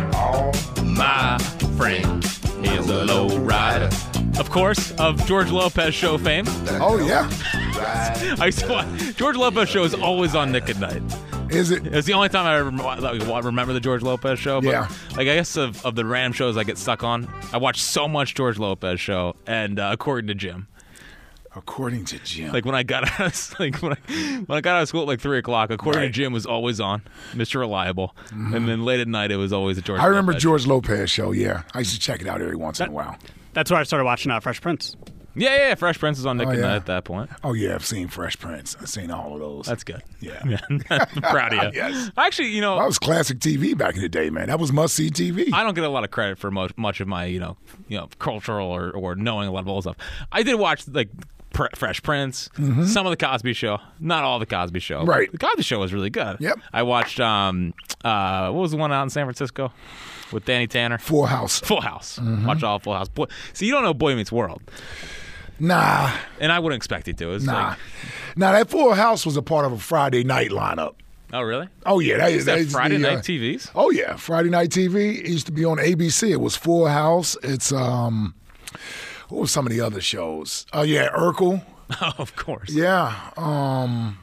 My friend is a low rider. Of course, of George Lopez show fame. Oh yeah, I saw George Lopez show is always on Nick at Night. is it? It's the only time I ever like, wa- remember the George Lopez show. But, Yeah. Like I guess of, of the random shows I get stuck on, I watch so much George Lopez show, and uh, according to Jim, According to Jim, like when I got out of like when I when I got out of school at like three o'clock, according to Jim was always on, Mr. Reliable, and then late at night it was always a George. Mm-hmm. I remember Lopez. George Lopez show. Yeah, I used to check it out every once in a while. That's where I started watching uh, Fresh Prince. Yeah, yeah, yeah, Fresh Prince is on Nick Oh, at yeah. Night at that point. Oh yeah, I've seen Fresh Prince. I've seen all of those. That's good. yeah. I'm proud of you. Yes. Actually, you know, That was classic TV back in the day, man. That was must see TV. I don't get a lot of credit for much, much of my, you know, you know, cultural or, or knowing a lot of old stuff. I did watch like Pr- Fresh Prince, some of the Cosby Show, not all the Cosby Show. Mm-hmm. Right. the Cosby Show was really good. Yep. I watched um, uh, what was the one out in San Francisco with Danny Tanner? Full Mm-hmm. House. Full House. Watch all of Full House. Boy, see, you don't know Boy Meets World, Nah, and I wouldn't expect you to. It's nah, like, nah. That Full House was a part of a Friday night lineup. oh really? Oh yeah, that is Is that that's Friday the, uh, night TVs? Oh yeah, Friday night TV it used to be on ABC. It was Full House. It's um, what was some of the other shows? Oh yeah, Urkel. Oh, of course. Yeah, um,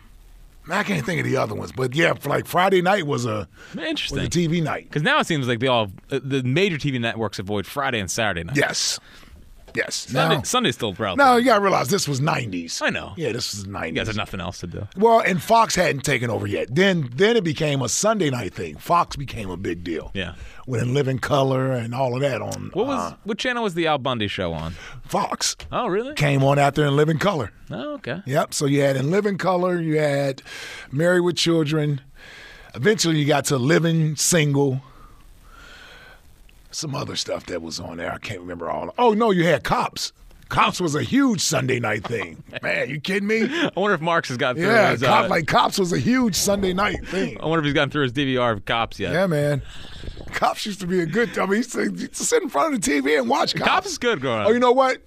I can't think of the other ones, but yeah, like Friday night was a was Interesting. a TV night. Because now it seems like they all uh, the major TV networks avoid Friday and Saturday night. Yes, yes. Sunday, Now, Sunday's still relative. now you gotta realize this was '90s. I know. Yeah, this was You guys have '90s. nothing else to do. Well, and Fox hadn't taken over yet. Then, then it became a Sunday night thing. Fox became a big deal. Yeah. with In Living Color and all of that on What was uh, what channel was the Al Bundy show on? Fox. Oh, really? came on after In Living Color. Oh, okay. Yep. So you had In Living Color, you had Married with Children. Eventually, you got to Living Single. Some other stuff that was on there. I can't remember all. Oh no, you had Cops. Cops was a huge Sunday night thing. Man, you kidding me? I wonder if Marx has gotten through Yeah, his. cop, uh, Oh, like Cops was a huge Sunday night thing. I wonder if he's gotten through his DVR of Cops yet. Yeah, man. Cops used to be a good. I mean, used to used to sit in front of the TV and watch Cops. Cops is good growing up. Oh, you know what?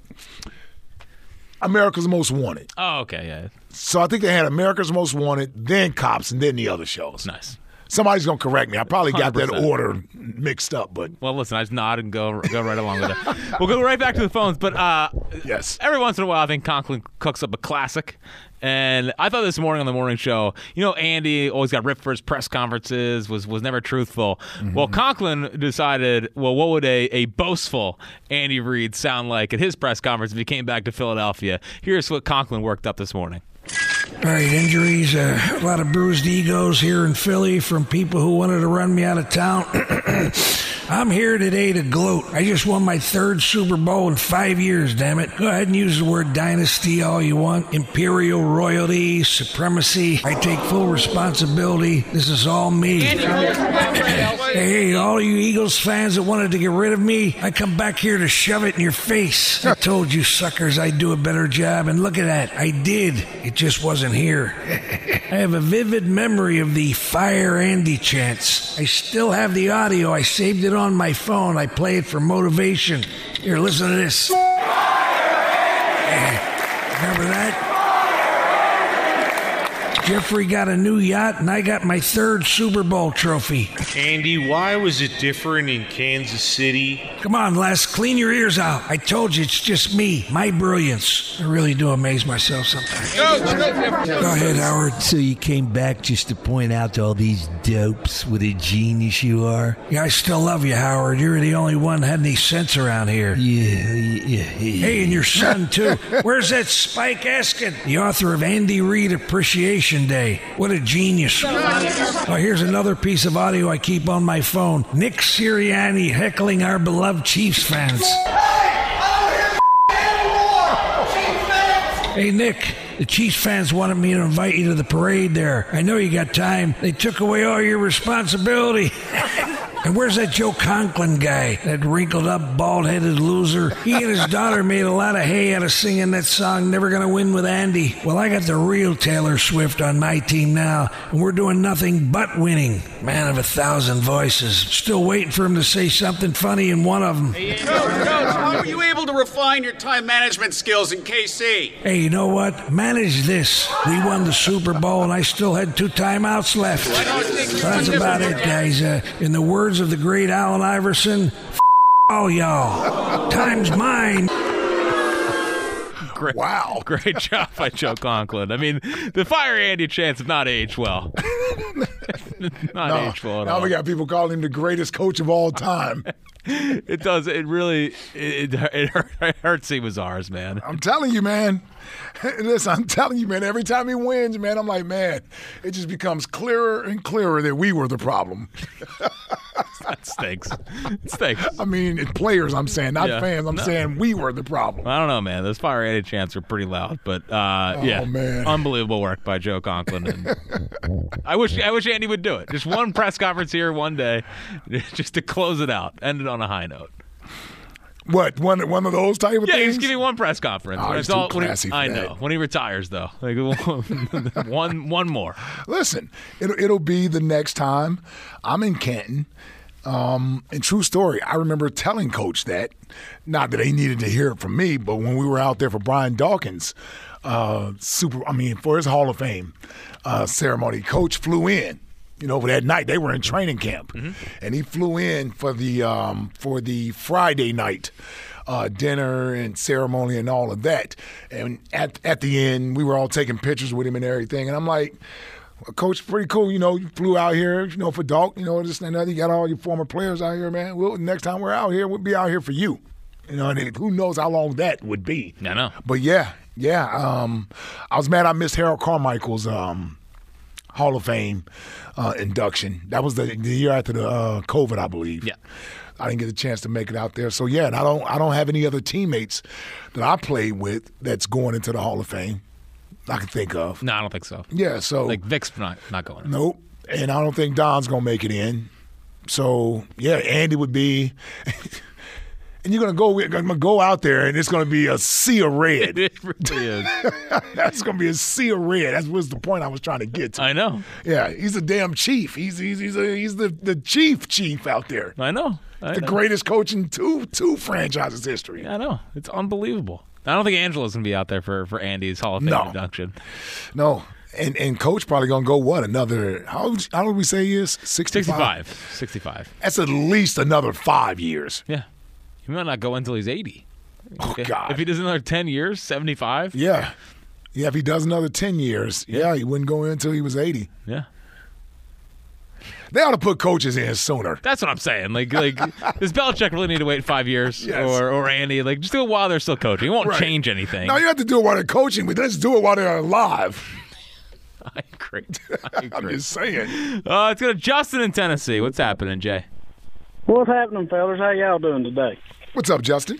America's Most Wanted. Oh, okay, yeah, So I think they had America's Most Wanted, then Cops, and then the other shows. nice. Somebody's gonna correct me. I probably got that 100%. order mixed up, but Well, listen, I just nod and go go right along with it. We'll go right back to the phones, but uh, yes. every once in a while, I think Conklin cooks up a classic. And I thought this morning on the morning show, you know, Andy always got ripped for his press conferences, was was never truthful. Well, Conklin decided, well, what would a, a boastful Andy Reid sound like at his press conference if he came back to Philadelphia? Here's what Conklin worked up this morning. All right, injuries, uh, a lot of bruised egos here in Philly from people who wanted to run me out of town. I'm here today to gloat. I just won my third Super Bowl in five years, damn it. Go ahead and use the word dynasty all you want. Imperial royalty, supremacy. I take full responsibility. This is all me. Hey, all you Eagles fans that wanted to get rid of me, I come back here to shove it in your face. I told you suckers I'd do a better job, and look at that. I did. It just wasn't here. I have a vivid memory of the Fire Andy chants. I still have the audio. I saved it on my phone. I play it for motivation. Here, listen to this. Eh, Remember that? Jeffrey got a new yacht, and I got my third Super Bowl trophy. Andy, why was it different in Kansas City? Come on, Les, clean your ears out. I told you, it's just me, my brilliance. I really do amaze myself sometimes. Go ahead, Howard. So you came back just to point out to all these dopes what a genius you are? Yeah, I still love you, Howard. You're the only one had any sense around here. Yeah, yeah, yeah. Hey, and your son, too. Where's that Spike Eskin, the author of Andy Reid Appreciation Day? What a genius. Oh, here's another piece of audio I keep on my phone Nick Sirianni heckling our beloved Chiefs fans. Hey, Nick, the Chiefs fans wanted me to invite you to the parade there. I know you got time. They took away all your responsibility. And where's that Joe Conklin guy? That wrinkled up, bald headed loser. He and his daughter made a lot of hay out of singing that song, Never Gonna Win with Andy. Well, I got the real Taylor Swift on my team now, and we're doing nothing but winning. Man of a thousand voices. Still waiting for him to say something funny in one of them. how were you able to refine your time management skills in KC? Hey, you know what? Manage this. We won the Super Bowl, and I still had two timeouts left. That's about it, guys. Uh, in the words of the great Allen Iverson, F- all y'all. Time's mine. Great, wow. Great job by Joe Conklin. I mean, the fire Andy chance have not aged well. not aged well at now all. we got people calling him the greatest coach of all time. it does. It really it, it, hurt, it hurts he was ours, man. I'm telling you, man. Listen, I'm telling you, man. Every time he wins, man, I'm like, man, it just becomes clearer and clearer that we were the problem. That stinks. It stinks. I mean, it- players, I'm saying, not Yeah. fans. I'm saying we were the problem. I don't know, man. Those fire Andy chants were pretty loud, but uh, Oh, yeah, man. unbelievable work by Joe Conklin. And I wish I wish Andy would do it. Just one press conference here, one day, just to close it out, end it on a high note. What one one of those type of Yeah, things? just give me one press conference. Oh, When he's it's all- too when he- classy for I that. know. When he retires, though, like one one more. Listen, it'll it'll be the next time I'm in Canton. Um, and true story, I remember telling Coach that. Not that they needed to hear it from me, but when we were out there for Brian Dawkins, uh, super, I mean, for his Hall of Fame uh, ceremony, Coach flew in. You know, for that night they were in training camp, and he flew in for the um, for the Friday night uh, dinner and ceremony and all of that. And at at the end, we were all taking pictures with him and everything. And I'm like, well, Coach, pretty cool. You know, you flew out here, you know, for Dalk, you know, this and another. You got all your former players out here, man. We'll, next time we're out here, we'll be out here for you. You know, and it- who knows how long that would be. I know. But yeah, yeah. Um, I was mad I missed Harold Carmichael's um, Hall of Fame uh, induction. That was the, the year after the uh, COVID, I believe. Yeah. I didn't get a chance to make it out there. So yeah, and I don't I don't have any other teammates that I played with that's going into the Hall of Fame. I can think of. No, I don't think so. Yeah, so Like Vic's not not going. in. Nope. And I don't think Don's gonna make it in. So yeah, Andy would be. and you're gonna go. I'm gonna go out there, and it's gonna be a sea of red. It really is. That's gonna be a sea of red. That was the point I was trying to get to. I know. Yeah, he's a damn chief. He's he's he's, a, he's the the chief chief out there. I know. I The know. greatest coach in two two franchises history. I know. It's unbelievable. I don't think Angela's gonna be out there for, for Andy's Hall of Fame No. induction. No, and and coach probably gonna go what another? How old- how do we say he is? 65. 65. That's at least another five years. Yeah. He might not go until he's 80. Oh Okay. God. If he does another 10 years, 75. Yeah. Yeah, if he does another 10 years, yeah, he wouldn't go in until he was 80. Yeah. They ought to put coaches in sooner. That's what I'm saying. Like, like does Belichick really need to wait five years, Yes. or or Andy? Like, just do it while they're still coaching. It won't Right. change anything. No, you have to do it while they're coaching, but let's do it while they're alive. I agree. I I'm agree. just saying. Uh, let's go to Justin in Tennessee. What's happening, Jay? What's happening, fellas? How y'all doing today? What's up, Justin?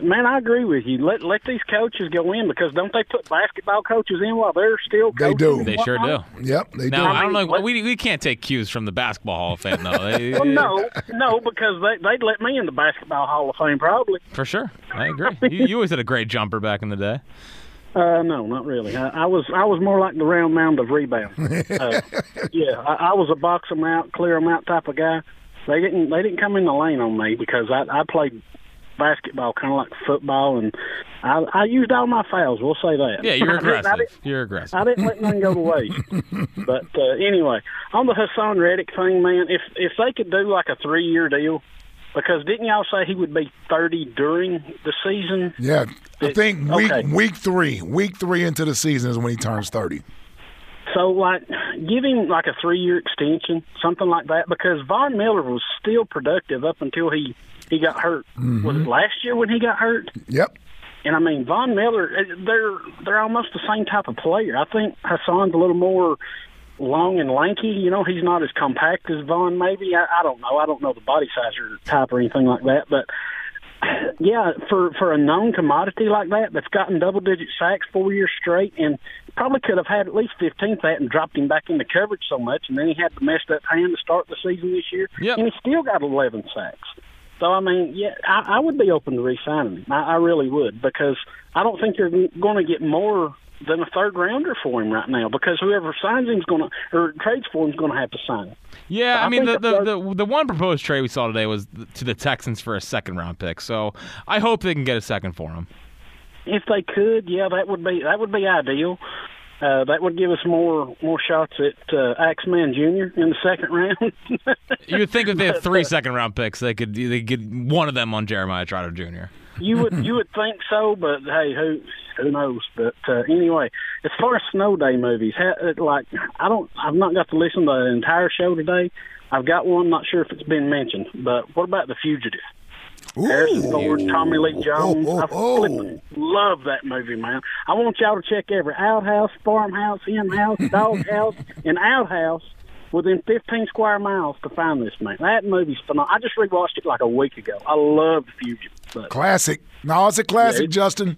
Man, I agree with you. Let let these coaches go in because don't they put basketball coaches in while they're still They coaching? do. and They sure do. whatnot? Yep, they Now do. I don't mean, know. We, we can't take cues from the basketball Hall of Fame though. They- Well, no, no, because they they'd let me in the basketball Hall of Fame probably. for sure. I agree. You, you always had a great jumper back in the day. Uh, no, not really. I, I was I was more like the round mound of rebound. Uh, yeah, I, I was a box 'em out, clear 'em out type of guy. They didn't they didn't come in the lane on me because I I played basketball, kind of like football, and I, I used all my fouls. We'll say that. Yeah, you're I didn't- aggressive. I didn't- you're aggressive. I didn't let none go to waste. but uh, anyway, on the Hassan Reddick thing, man, if if they could do like a three year deal, because didn't y'all say he would be thirty during the season? Yeah, I It- think week okay. week three, week three into the season is when he turns thirty. So like, give him like a three year extension, something like that, because Von Miller was still productive up until he he got hurt. Was it last year when he got hurt? Yep. And I mean, Von Miller, eh, they're they're almost the same type of player. I think Hassan's a little more long and lanky. You know, he's not as compact as Von. Maybe I, I don't know. I don't know the body size or type or anything like that. But yeah, for for a known commodity like that, that's gotten double digit sacks four years straight, and probably could have had at least fifteen that and dropped him back into coverage so much, and then he had the messed up hand to start the season this year, and he still got eleven sacks. So I mean, yeah, I, I would be open to re-signing him. I, I really would because I don't think you're going to get more than a third rounder for him right now because whoever signs him's going to or trades for him's going to have to sign him. Yeah, I, I mean the think the, the the one proposed trade we saw today was th- to the Texans for a second round pick. So I hope they can get a second for him. If they could, yeah, that would be that would be ideal. Uh, that would give us more more shots at uh, Axeman Jr. in the second round. You would think if they had three second round picks, they could they could get one of them on Jeremiah Trotter Jr. you would you would think so, but hey, who who knows? But uh, anyway, as far as snow day movies, ha- uh, like I don't, I've not got to listen to the entire show today. I've got one. Not sure if it's been mentioned, but what about The Fugitive? Harrison Ford, Tommy Lee Jones. I flippin' love that movie, man. I want y'all to check every outhouse, farmhouse, in house, dog house, and outhouse within 15 square miles to find this man. That movie's phenomenal. I just rewatched it like a week ago. I love The Fugitive. But Classic. No, it's a classic, Yeah, it- Justin.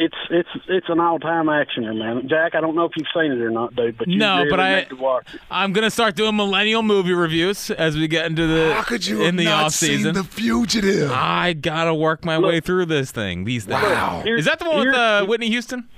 it's it's it's an all time actioner, man. Jack, I don't know if you've seen it or not, dude, but you No, really but I- need to watch. it. I'm gonna start doing millennial movie reviews as we get into the How could you in have the not off season. seen The Fugitive? I gotta work my way through this thing. These things. Wow. Is that the one with uh, Whitney Houston?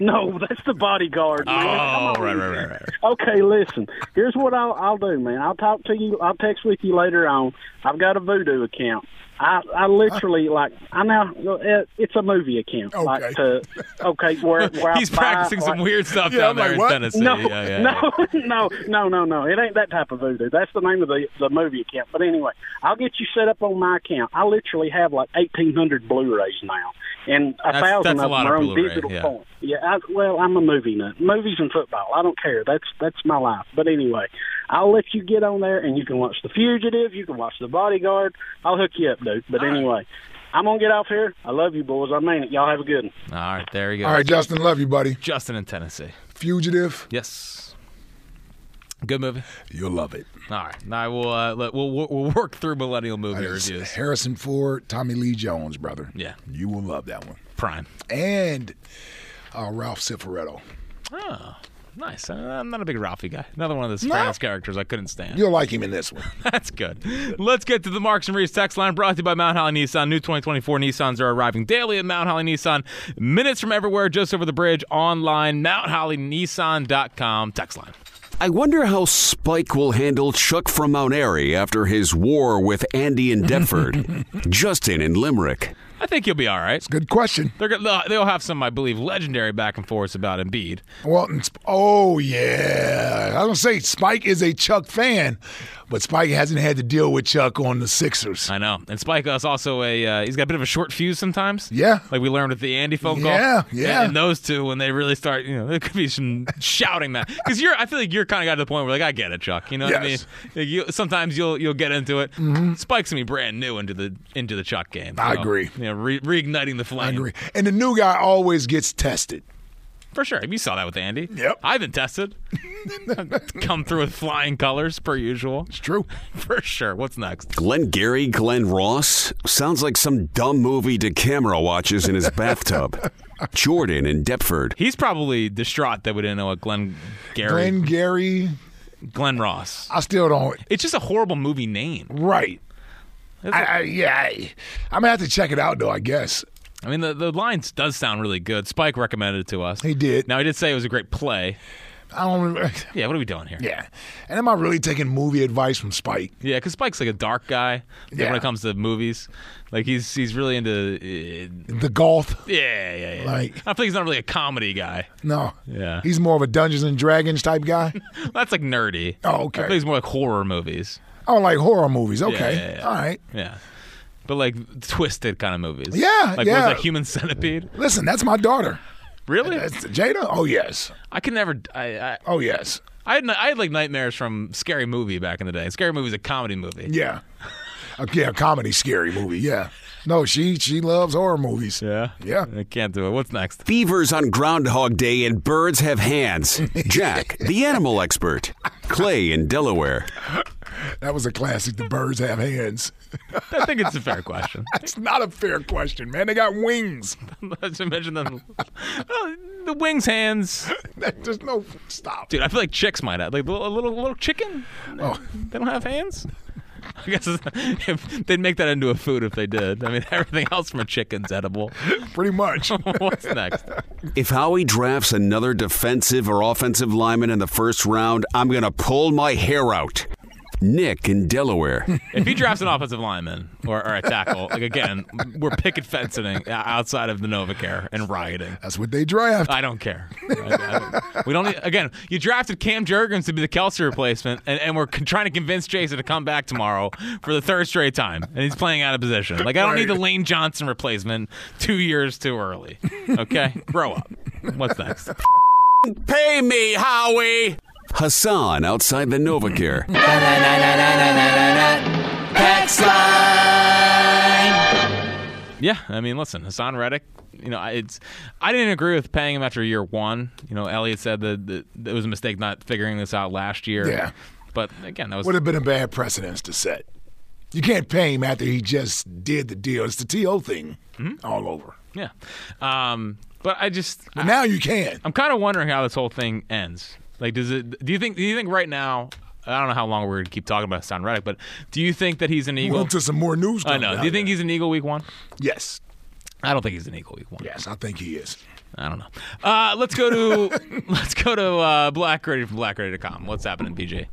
No, that's the bodyguard. Man. Oh, Come on. right, right, right, right. Okay, listen. Here's what I'll, I'll do, man. I'll talk to you. I'll text with you later on. I've got a Voodoo account. I I literally like I now it- it's a movie account. Okay. Like to, okay, where, where I He's buy, practicing some like- weird stuff down there in Tennessee. uh, No, Yeah, yeah, yeah. no, no, no, no, no. It ain't that type of voodoo. That's the name of the the movie account. But anyway, I'll get you set up on my account. I literally have like eighteen hundred Blu-rays now, and a That's- thousand that's a of lot them are of on Blu-ray, digital yeah. form. Yeah, I, well, I'm a movie nut. Movies and football. I don't care. That's that's my life. But anyway, I'll let you get on there, and you can watch The Fugitive. You can watch The Bodyguard. I'll hook you up, dude. But anyway. I'm gonna get off here. I love you, boys. I mean it. Y'all have a good one. All right, there you go. All right, Justin, love you, buddy. Justin in Tennessee. Fugitive. Yes. Good movie. You'll love it. All right. Now I will. Uh, let, we'll, we'll we'll work through millennial movie It's reviews. Harrison Ford, Tommy Lee Jones, brother. Yeah. You will love that one. Prime. And uh, Ralph Cifaretto. Oh, nice. I- I'm not a big Ralphie guy. Another one of the Sopranos characters I couldn't stand. You'll like him in this one. That's good. Let's get to the Marks and Reese text line brought to you by Mount Holly Nissan. New 2024 Nissans are arriving daily at Mount Holly Nissan. Minutes from everywhere, just over the bridge, online, mounthollynissan.com. Text line. I wonder how Spike will handle Chuck from Mount Airy after his war with Andy and Deptford. Justin in Limerick. I think you'll be all right. It's a good question. They're go- they'll- they'll have some, I believe, legendary back and forths about Embiid. Well, and Sp- oh yeah, I don't say Spike is a Chuck fan, but Spike hasn't had to deal with Chuck on the Sixers. I know. And Spike is also a uh, he's got a bit of a short fuse sometimes. Yeah. Like we learned with the Andy phone Yeah, call. yeah. And, and those two when they really start, you know, there could be some shouting that because you're. I feel like you're kind of got to the point where like I get it, Chuck. You know what I mean? Yes. Like, you, sometimes you'll you'll get into it. Mhm. Spike's gonna be brand new into the into the Chuck game. I agree. You know, re- reigniting the flame. I agree And the new guy always gets tested. for sure. You saw that with Andy. Yep. I've been tested. Come through with flying colors per usual. It's true. For sure. What's next? Glenn Gary, Glenn Ross. Sounds like some dumb movie DeCamera watches in his bathtub. Jordan in Deptford. He's probably distraught that we didn't know what Glenn Gary Glenn Gary, Glenn Ross. I still don't. It's just a horrible movie name. Right. I, I, yeah, I, I'm gonna have to check it out though. I guess. I mean, the, the lines does sound really good. Spike recommended it to us. He did. Now, he did say it was a great play. I don't. Yeah, what are we doing here? Yeah, and am I really taking movie advice from Spike? Yeah, because Spike's like a dark guy Yeah. when it comes to movies. Like he's he's really into uh, The Goth? Yeah, yeah, yeah. Like- I think he's not really a comedy guy. No. Yeah. He's more of a Dungeons and Dragons type guy. That's like nerdy. Oh, okay. I think he's more like horror movies. oh, like horror movies. Yeah, Okay, yeah, yeah. all right. Yeah. But like twisted kind of movies. Yeah, Like yeah. was that Human Centipede? Listen, that's my daughter. Really? That's Jada. Oh yes. I could never. I, I, oh yes. I had ni- I had like nightmares from Scary Movie back in the day. Scary Movie's a comedy movie. Yeah. A, yeah, comedy scary movie. Yeah. No, she she loves horror movies. Yeah. Yeah. I can't do it. What's next? Beavers on Groundhog Day and birds have hands. Jack, the animal expert. Clay in Delaware. That was a classic. The birds have hands. I think it's a fair question. That's not a fair question, man. They got wings. Let's imagine them. Oh, the wings, hands. There's no stop. Dude, I feel like chicks might have like a little a little, little chicken. Oh. They don't have hands. I guess it's- if they'd make that into a food if they did. I mean, everything else from a chicken's edible. Pretty much. What's next? If Howie drafts another defensive or offensive lineman in the first round, I'm going to pull my hair out. Nick in Delaware. If he drafts an offensive lineman or, or a tackle, like again, we're picket fencing uh, outside of the Novacare and rioting. That's what they draft. I don't care. I- I- we don't need, again. You drafted Cam Jurgens to be the Kelsey replacement, and, and we're con- trying to convince Jason to come back tomorrow for the third straight time, and he's playing out of position. Like I don't need the Lane Johnson replacement two years too early. Okay, grow up. What's next? Pay me, Howie. Hassan outside the Novacare. Yeah, I mean, listen, Hassan Reddick. You know, I- it's I didn't agree with paying him after year one. You know, Elliot said that, that it was a mistake not figuring this out last year. Yeah. but again, that was Would have been a bad precedence to set. You can't pay him after he just did the deal. It's the TO thing Hmm? all over. yeah. Um, but I just But now you can. I'm kind of wondering how this whole thing ends. Like, does it? Do you think? Do you think right now? I don't know how long we're gonna keep talking about Hassan Reddick, but do you think that he's an We're eagle? on to some more news. I coming know. out Do you there. think he's an eagle week one? Yes. I don't think he's an eagle week one. Yes, I think he is. I don't know. Uh, let's go to let's go to uh, Black Grady from BlackRadio.com. What's happening, PJ?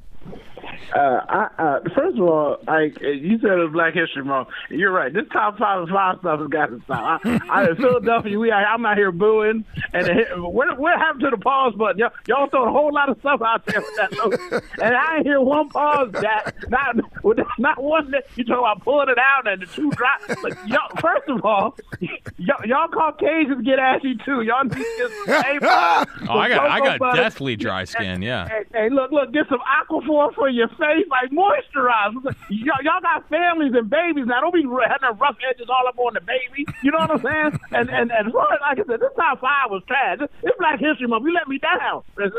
Uh, I, uh, first of all, I, uh, you said it was Black History Month. You're right. This top five and five stuff has got to stop. I, I in Philadelphia, we out, I'm out here booing. And the, hit- what, what happened to the pause button? Y'all, y'all throwing a whole lot of stuff out there. For that and I ain't hear one pause that not with- not one that you talking about pulling it out and the two drop. Like, y'all, first of all, y'all, y'all Caucasians get ashy too. Y'all need to get some Oh, I got I got death. deathly dry skin. Yeah. Hey, hey, look, look, get some Aquaphor for your face, like moisturize. Y'all, y'all got families and babies now. Don't be r- having rough edges all up on the baby. You know what I'm saying? And and and as far as like I said, this top five was trash. This, this Black History Month, you let me down. You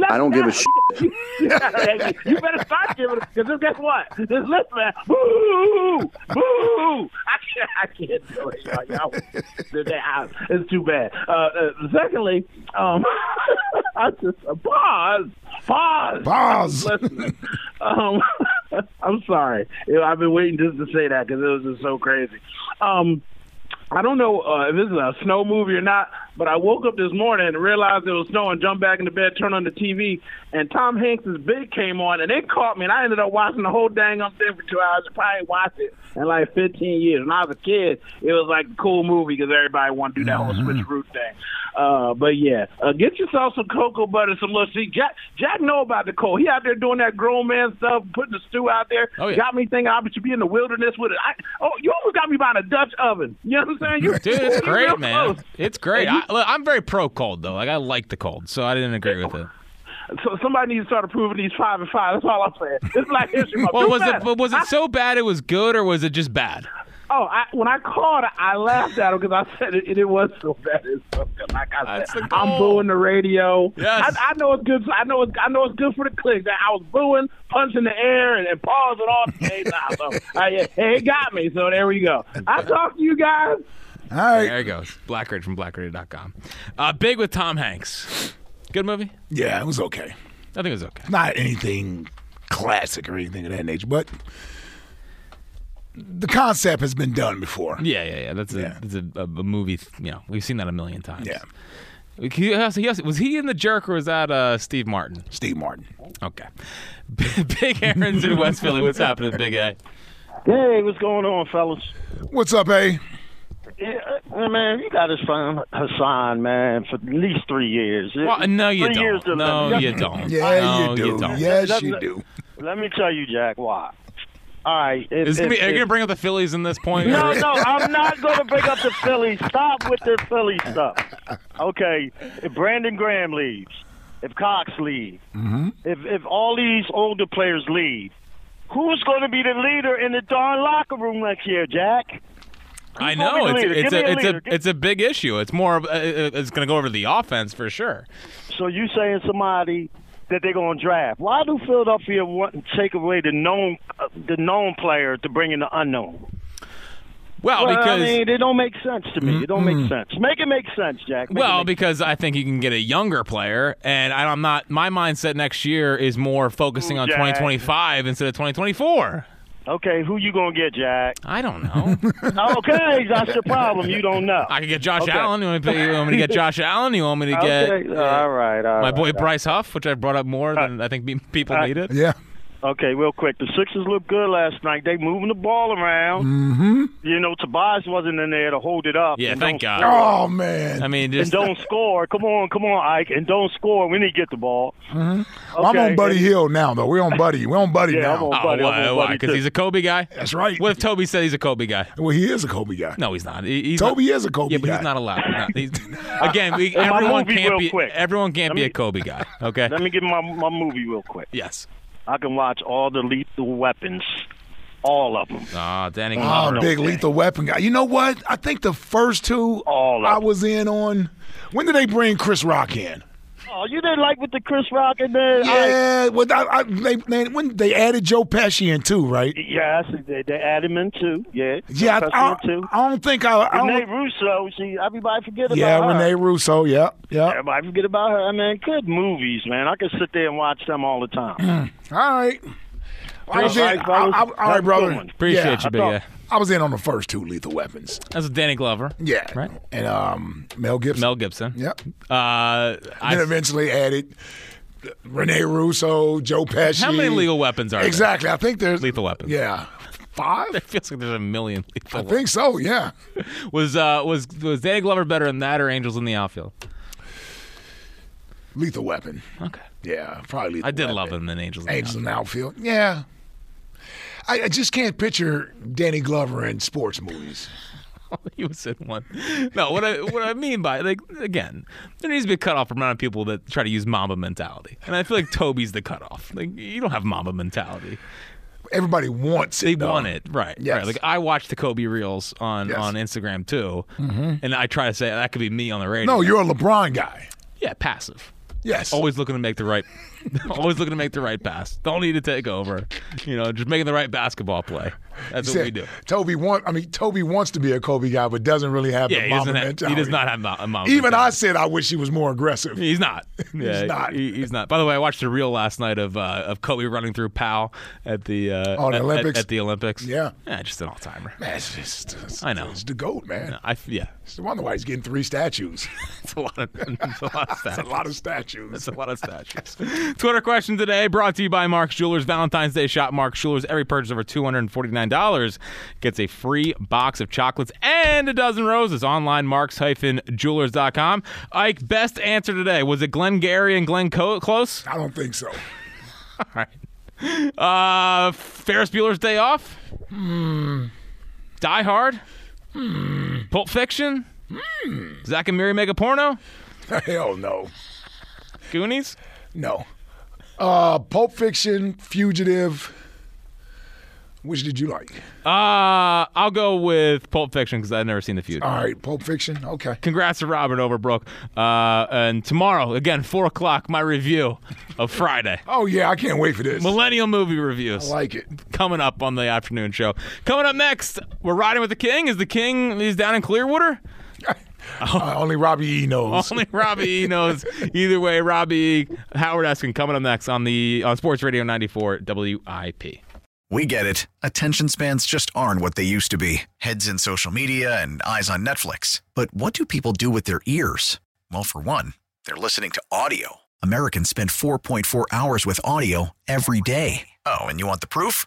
let I don't me give a down. Hey, you better start giving it because guess what? This list man, boo, boo. I can't, I can't do it, y'all. y'all. It's too bad. Uh, uh, secondly, um, I just uh, pause, pause, Pause. Listen, um, I'm sorry. You know, I've been waiting just to say that because it was just so crazy. Um, I don't know uh, if this is a snow movie or not, but I woke up this morning and realized it was snowing. Jumped back into bed, turned on the TV, and Tom Hanks's Big came on, and it caught me, and I ended up watching the whole dang um thing for two hours. I probably watched it in like 15 years. When I was a kid, it was like a cool movie because everybody wanted to do that whole Mm-hmm. switch route thing. Uh, but yeah, uh, get yourself some cocoa butter, some little see Jack. Jack know about the cold. He out there doing that grown man stuff, putting the stew out there. Oh, yeah. Got me thinking I should be in the wilderness with it. I, oh, you almost got me buying a Dutch oven. You know what I'm saying? You, Dude, it's you real great, man. close. It's great. Hey, you- I, look, I'm very pro cold though. Like I like the cold, so I didn't agree with it. So somebody needs to start approving these five and five. That's all I'm saying. It's Black History Month. Well, Do was it better. but was I- it so bad it was good, or was it just bad? Oh, I, when I called, I laughed at him because I said it, it was so bad. It's so good. Like I That's said, the I'm goal. booing the radio. Yes. I, I know it's good. I know it's I know it's good for the click. That I was booing, punching the air, and, and pausing all the day. Nah, so, I, it got me. So there we go. I talked to you guys. All right. There it goes. Blackridge from BlackRadio.com. Uh, Big with Tom Hanks. Good movie. Yeah, it was okay. I think it was okay. Not anything classic or anything of that nature, but the concept has been done before. Yeah, yeah, yeah. That's a, that's a, a, a movie. You know, we've seen that a million times. Yeah. He has- he has- was he in the jerk or was that uh, Steve Martin? Steve Martin. Okay. Big Aaron's in West Philly. What's happening, Big A? Hey, what's going on, fellas? What's up, A? Yeah, uh, man, you got this son Hassan, man, for at least three years. Well, no, you Three don't. years to No, let- you don't. Yeah, No, you you do. don't. Yes, Let- you let- do. Let me tell you, Jack, why. All right. If, Is it gonna if- be, are you if- gonna bring up the Phillies in this point? no, or- no, I'm not going to bring up the Phillies. Stop with the Philly stuff. Okay, if Brandon Graham leaves, if Cox leaves, Mm-hmm. if if all these older players leave, who's going to be the leader in the darn locker room next year, Jack? I gonna know be the it's leader? it's Give me a a it's leader. a it's a big issue. It's more of uh, uh, it's gonna go over to the offense for sure. So you saying somebody that they're going to draft? Why do Philadelphia want take away the known uh, the known player to bring in the unknown? Well, I because- mean, it don't make sense to me. It don't make sense. Make it make sense, Jack. Make it Well, because I think you can get a younger player, and I- I'm not. My mindset next year is more focusing on Yeah. 2025 instead of 2024. Okay, who you gonna get, Jack? I don't know. okay, that's the problem. You don't know. I could get Josh Okay. Allen. You want, me to, you want me to get Josh Allen? You want me to get Okay, all right, all my right, boy all right. Bryce Huff, which I brought up more than I think be- people Uh, needed. Yeah. Okay, real quick. The Sixers looked good last night. They moving the ball around. Mm-hmm. You know, Tobias wasn't in there to hold it up. Yeah, and thank God. don't score. Oh, man. I mean, and just don't score. Come on, come on, Ike. And don't score. We need to get the ball. Mm-hmm. Mhm. Well, I'm on Okay. Buddy Hill now, though. We're on Buddy. We're on Buddy Yeah, now. I'm on Oh, why? Why? Because he's a Kobe guy. That's right. What if Toby said he's a Kobe guy? Well, he is a Kobe guy. No, he's not. He- he's Toby not- is a Kobe Yeah, but guy. he's not allowed. He's not- he's- again, we, In my everyone movie, can't real be quick. everyone can't Let be a me- Kobe guy. Okay. Let me give my my movie real quick. Yes. I can watch all the lethal weapons, all of them. Ah, Danny Oh, Glover. big lethal weapon guy. You know what? I think the first two I was in on. When did they bring Chris Rock in? Oh, you didn't like with the Chris Rock and the Yeah, well, I, I, they, they, when they added Joe Pesci in too, right? Yes, they, they add him in too. Yeah, Yeah, I- Pesci I, in too. I don't think I. I Renee don't, Russo. See, everybody forget yeah, about her. Renee Russo. Yeah, yeah. Everybody forget about her. I mean, good movies, man. I can sit there and watch them all the time. All right. I was in- All right, fellas. I- I- all Have a right, good brother. one. Appreciate Yeah, you, I big thought- guy. I was in on the first two lethal weapons. That's Danny Glover. Yeah. Right. And um, Mel Gibson. Mel Gibson. Yep. Uh, I, Then eventually added Rene Russo, Joe Pesci. how many legal weapons are there? Exactly. I think there's Lethal weapons. Yeah. Five? It feels like there's a million. Lethal I think so. Yeah. weapons. Was uh was was Danny Glover better than that or Angels in the Outfield? Lethal Weapon. Okay. Yeah. Probably. Lethal I did Weapon. love him in Angels. in the Angels in the Outfield. outfield. Yeah. I, I just can't picture Danny Glover in sports movies. he was in one. No, what I what I mean by like again, there needs to be a cutoff for the amount of people that try to use Mamba mentality, and I feel like Toby's the cutoff. Like you don't have Mamba mentality. Everybody wants it. They though. want it, right? Yes. Right. Like I watch the Kobe reels on Yes. on Instagram too, Mhm. and I try to say that could be me on the radio. No, you're a LeBron guy. yeah passive. Yes. Always looking to make the right, always looking to make the right pass. Don't need to take over. You know, just making the right basketball play. That's You what said we do. Toby want. I mean, Toby wants to be a Kobe guy, but doesn't really have Yeah, the he mama doesn't. Have, he mentality. does not have a mama. Even I said I wish he was more aggressive. He's not. Yeah, not. he- he's not. By the way, I watched a reel last night of uh, of Kobe running through Powell at the uh, Oh, at, the at- Olympics? At, the Olympics. Yeah. yeah, just an all timer. Man, it's just, it's- I know. It's the goat, man. I yeah, It's the wonder why he's getting three statues. it's a lot of it's a lot of That's a statues. lot of statues. That's a lot of statues. Twitter question today brought to you by Mark Jewelers Valentine's Day shop. Mark Jewelers. Every purchase over two hundred and forty nine dollars gets a free box of chocolates and a dozen roses. Online marks jewelers.com. Ike, best answer today was it Glenn Gary and Glenn Co- Close? I don't think so. All right. Uh, Ferris Bueller's Day Off. Die Hard. Pulp Fiction. Zack and Mary Make a Porno. Hell no. Goonies. No. Uh, Pulp Fiction, Fugitive. Which did you like? Uh, I'll go with Pulp Fiction because I've never seen the future. All right, Pulp Fiction. Okay. Congrats to Robert Overbrook. Uh, and tomorrow, again, 4 o'clock, my review of Friday. Oh yeah, I can't wait for this. Millennial movie reviews. I like it. Coming up on the afternoon show. Coming up next, we're riding with the king. Is the king, he's down in Clearwater? Uh, only Robbie E knows. Only Robbie E knows. Either way, Robbie E, Howard Eskin coming up next on the on Sports Radio 94 WIP. We get it. Attention spans just aren't what they used to be heads in social media and eyes on Netflix. But what do people do with their ears? Well, for one, they're listening to audio. Americans spend 4.4 hours with audio every day. Oh, and you want the proof?